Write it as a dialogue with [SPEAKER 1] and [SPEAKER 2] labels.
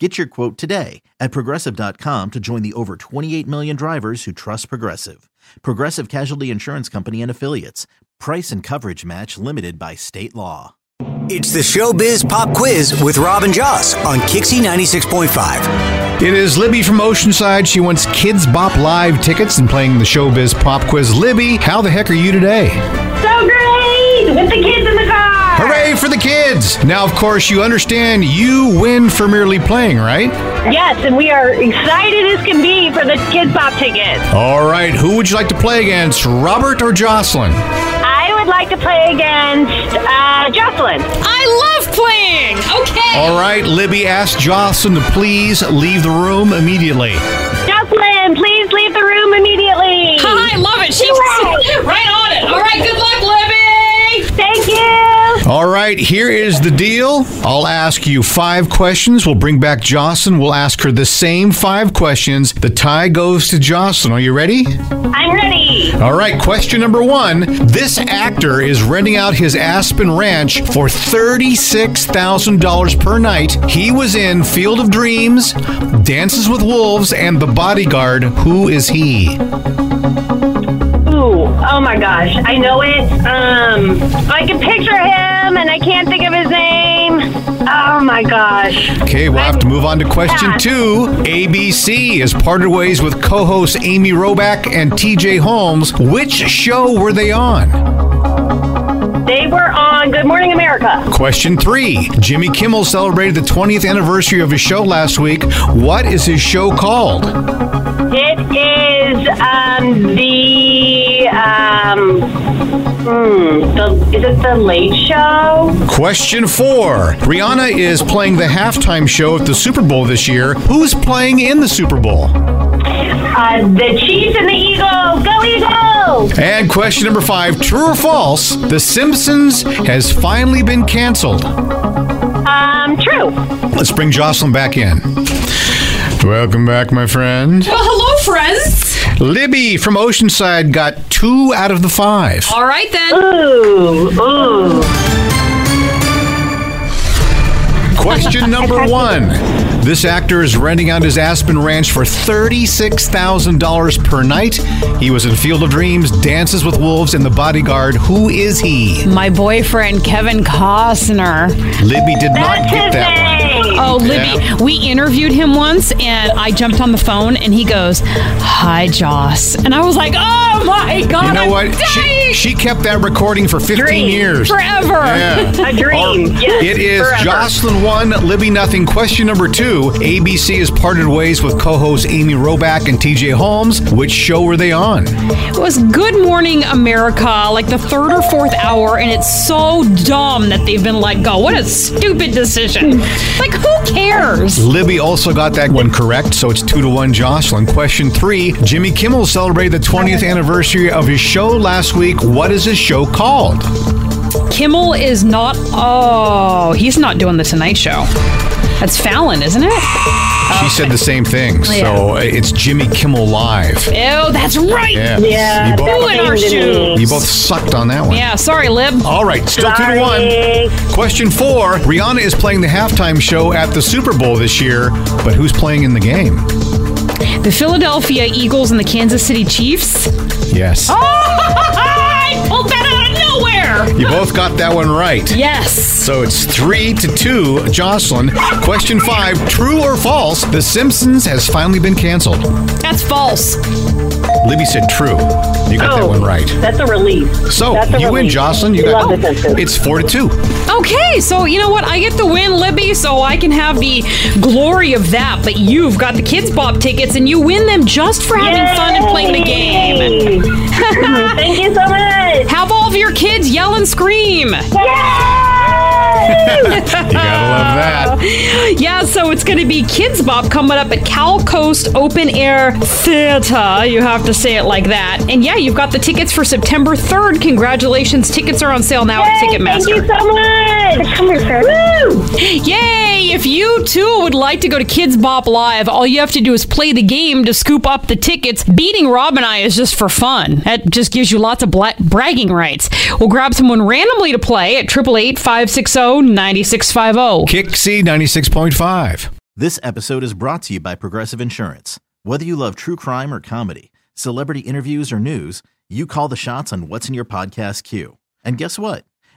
[SPEAKER 1] Get your quote today at progressive.com to join the over 28 million drivers who trust Progressive. Progressive Casualty Insurance Company and Affiliates. Price and coverage match limited by state law.
[SPEAKER 2] It's the Showbiz Pop Quiz with Robin Joss on Kixie 96.5.
[SPEAKER 3] It is Libby from Oceanside. She wants Kids Bop Live tickets and playing the Showbiz Pop Quiz. Libby, how the heck are you today?
[SPEAKER 4] So great! With the kids in the car!
[SPEAKER 3] Hooray for the kids! Now, of course, you understand you win for merely playing, right?
[SPEAKER 4] Yes, and we are excited as can be for the Kids Pop tickets.
[SPEAKER 3] All right, who would you like to play against, Robert or Jocelyn?
[SPEAKER 4] I would like to play against uh, Jocelyn.
[SPEAKER 5] I love playing. Okay.
[SPEAKER 3] All right, Libby asked Jocelyn to please leave the room immediately.
[SPEAKER 4] Jocelyn, please leave the room immediately.
[SPEAKER 5] I love it. She's right on it. All right. Good luck, Libby.
[SPEAKER 4] Thank you.
[SPEAKER 3] All right, here is the deal. I'll ask you five questions. We'll bring back Jocelyn. We'll ask her the same five questions. The tie goes to Jocelyn. Are you ready?
[SPEAKER 4] I'm ready.
[SPEAKER 3] All right, question number one. This actor is renting out his Aspen Ranch for $36,000 per night. He was in Field of Dreams, Dances with Wolves, and The Bodyguard. Who is he?
[SPEAKER 4] Ooh, oh my gosh. I know it. Um, I can picture him and I can't think of his name. Oh my gosh.
[SPEAKER 3] Okay, we'll have to move on to question
[SPEAKER 4] Pass.
[SPEAKER 3] two. ABC is parted ways with co hosts Amy Roback and TJ Holmes. Which show were they on?
[SPEAKER 4] They were on Good Morning America.
[SPEAKER 3] Question three Jimmy Kimmel celebrated the 20th anniversary of his show last week. What is his show called?
[SPEAKER 4] It is um, the um, hmm, the is it the Late Show?
[SPEAKER 3] Question four Rihanna is playing the halftime show at the Super Bowl this year. Who's playing in the Super Bowl?
[SPEAKER 4] Uh, the Chiefs and the Eagles. Go Eagles!
[SPEAKER 3] And question number five True or false? The Simpsons has finally been canceled.
[SPEAKER 4] Um, true.
[SPEAKER 3] Let's bring Jocelyn back in. Welcome back, my friend.
[SPEAKER 5] Well, hello, friends.
[SPEAKER 3] Libby from Oceanside got two out of the five.
[SPEAKER 5] All right then.
[SPEAKER 4] Ooh, ooh.
[SPEAKER 3] Question number one. This actor is renting out his Aspen Ranch for $36,000 per night. He was in Field of Dreams, Dances with Wolves, and The Bodyguard. Who is he?
[SPEAKER 5] My boyfriend Kevin Costner.
[SPEAKER 3] Libby did not
[SPEAKER 4] That's
[SPEAKER 3] get
[SPEAKER 4] his
[SPEAKER 3] that one.
[SPEAKER 4] name.
[SPEAKER 5] Oh, Libby,
[SPEAKER 3] Yeah.
[SPEAKER 5] we interviewed him once, and I jumped on the phone, and he goes, "Hi, Joss," and I was like, "Oh my God,
[SPEAKER 3] You know
[SPEAKER 5] I'm
[SPEAKER 3] what? She,
[SPEAKER 5] dying
[SPEAKER 3] she kept that recording for 15
[SPEAKER 4] Dream.
[SPEAKER 3] years.
[SPEAKER 5] forever."
[SPEAKER 3] Yeah.
[SPEAKER 4] A dream. yes.
[SPEAKER 3] It is
[SPEAKER 4] forever.
[SPEAKER 3] Jocelyn 1, Libby Nothing. Question number 2. ABC has parted ways with co-hosts Amy Roback and TJ Holmes. Which show were they on?
[SPEAKER 5] It was Good Morning America, like the third or fourth hour, and it's so dumb that they've been let go. What a stupid decision. Like, who cares?
[SPEAKER 3] Libby also got that one correct, so it's 2 to 1 Jocelyn. Question 3. Jimmy Kimmel celebrated the 20th anniversary of his show last week. What is his show called?
[SPEAKER 5] Kimmel is not, oh, he's not doing the Tonight Show. That's Fallon, isn't it?
[SPEAKER 3] She said the same
[SPEAKER 4] Oh,
[SPEAKER 3] thing. So uh, it's Jimmy Kimmel Live.
[SPEAKER 5] Oh, that's right.
[SPEAKER 3] Yeah.
[SPEAKER 4] Yeah,
[SPEAKER 3] You
[SPEAKER 4] that
[SPEAKER 5] Who
[SPEAKER 3] both,
[SPEAKER 5] in our
[SPEAKER 4] came to me.
[SPEAKER 3] you both sucked on that one.
[SPEAKER 5] Yeah, sorry, Lib.
[SPEAKER 3] All right, still 2 to 1.
[SPEAKER 4] Sorry.
[SPEAKER 3] Question four Rihanna is playing the halftime show at the Super Bowl this year, but who's playing in the game?
[SPEAKER 5] The Philadelphia Eagles and the Kansas City Chiefs.
[SPEAKER 3] Yes.
[SPEAKER 5] Oh, I pulled that out of nowhere.
[SPEAKER 3] You both got that one right.
[SPEAKER 5] Yes.
[SPEAKER 3] So it's three to two, Jocelyn. Question five True or false, The Simpsons has finally been canceled?
[SPEAKER 5] That's false.
[SPEAKER 3] Libby said true. You got that
[SPEAKER 4] Oh,
[SPEAKER 3] one right.
[SPEAKER 4] That's a relief.
[SPEAKER 3] So
[SPEAKER 4] That's a
[SPEAKER 3] you win,
[SPEAKER 4] relief.
[SPEAKER 3] Jocelyn. You
[SPEAKER 4] We
[SPEAKER 3] got Oh,
[SPEAKER 4] love The Simpsons.
[SPEAKER 3] It's four to two.
[SPEAKER 5] Okay, so you know what? I get the win, Libby, so I can have the glory of that. But you've got the Kids Bob tickets, and you win them just for having fun and playing the game.
[SPEAKER 4] Yay. Thank you so much.
[SPEAKER 5] Have all of your kids yell and scream.
[SPEAKER 4] Yay!
[SPEAKER 3] You gotta love that.
[SPEAKER 4] Ah.
[SPEAKER 5] Yeah, so it's going to be Kids Bop coming up at Cal Coast Open Air Theater. You have to say it like that. And yeah, you've got the tickets for September 3rd. Congratulations. Tickets are on sale now at
[SPEAKER 4] Yay, Thank you
[SPEAKER 5] Ticketmaster.
[SPEAKER 4] so much. Woo!
[SPEAKER 5] Yay! If you too would like to go to Kids Bop Live, all you have to do is play the game to scoop up the tickets. Beating Rob and I is just for fun. That just gives you lots of bla- bragging rights. We'll grab someone randomly to play at 888 560 9650.
[SPEAKER 3] Kixie 96.5.
[SPEAKER 1] This episode is brought to you by Progressive Insurance. Whether you love true crime or comedy, celebrity interviews or news, you call the shots on what's in your podcast queue. And guess what?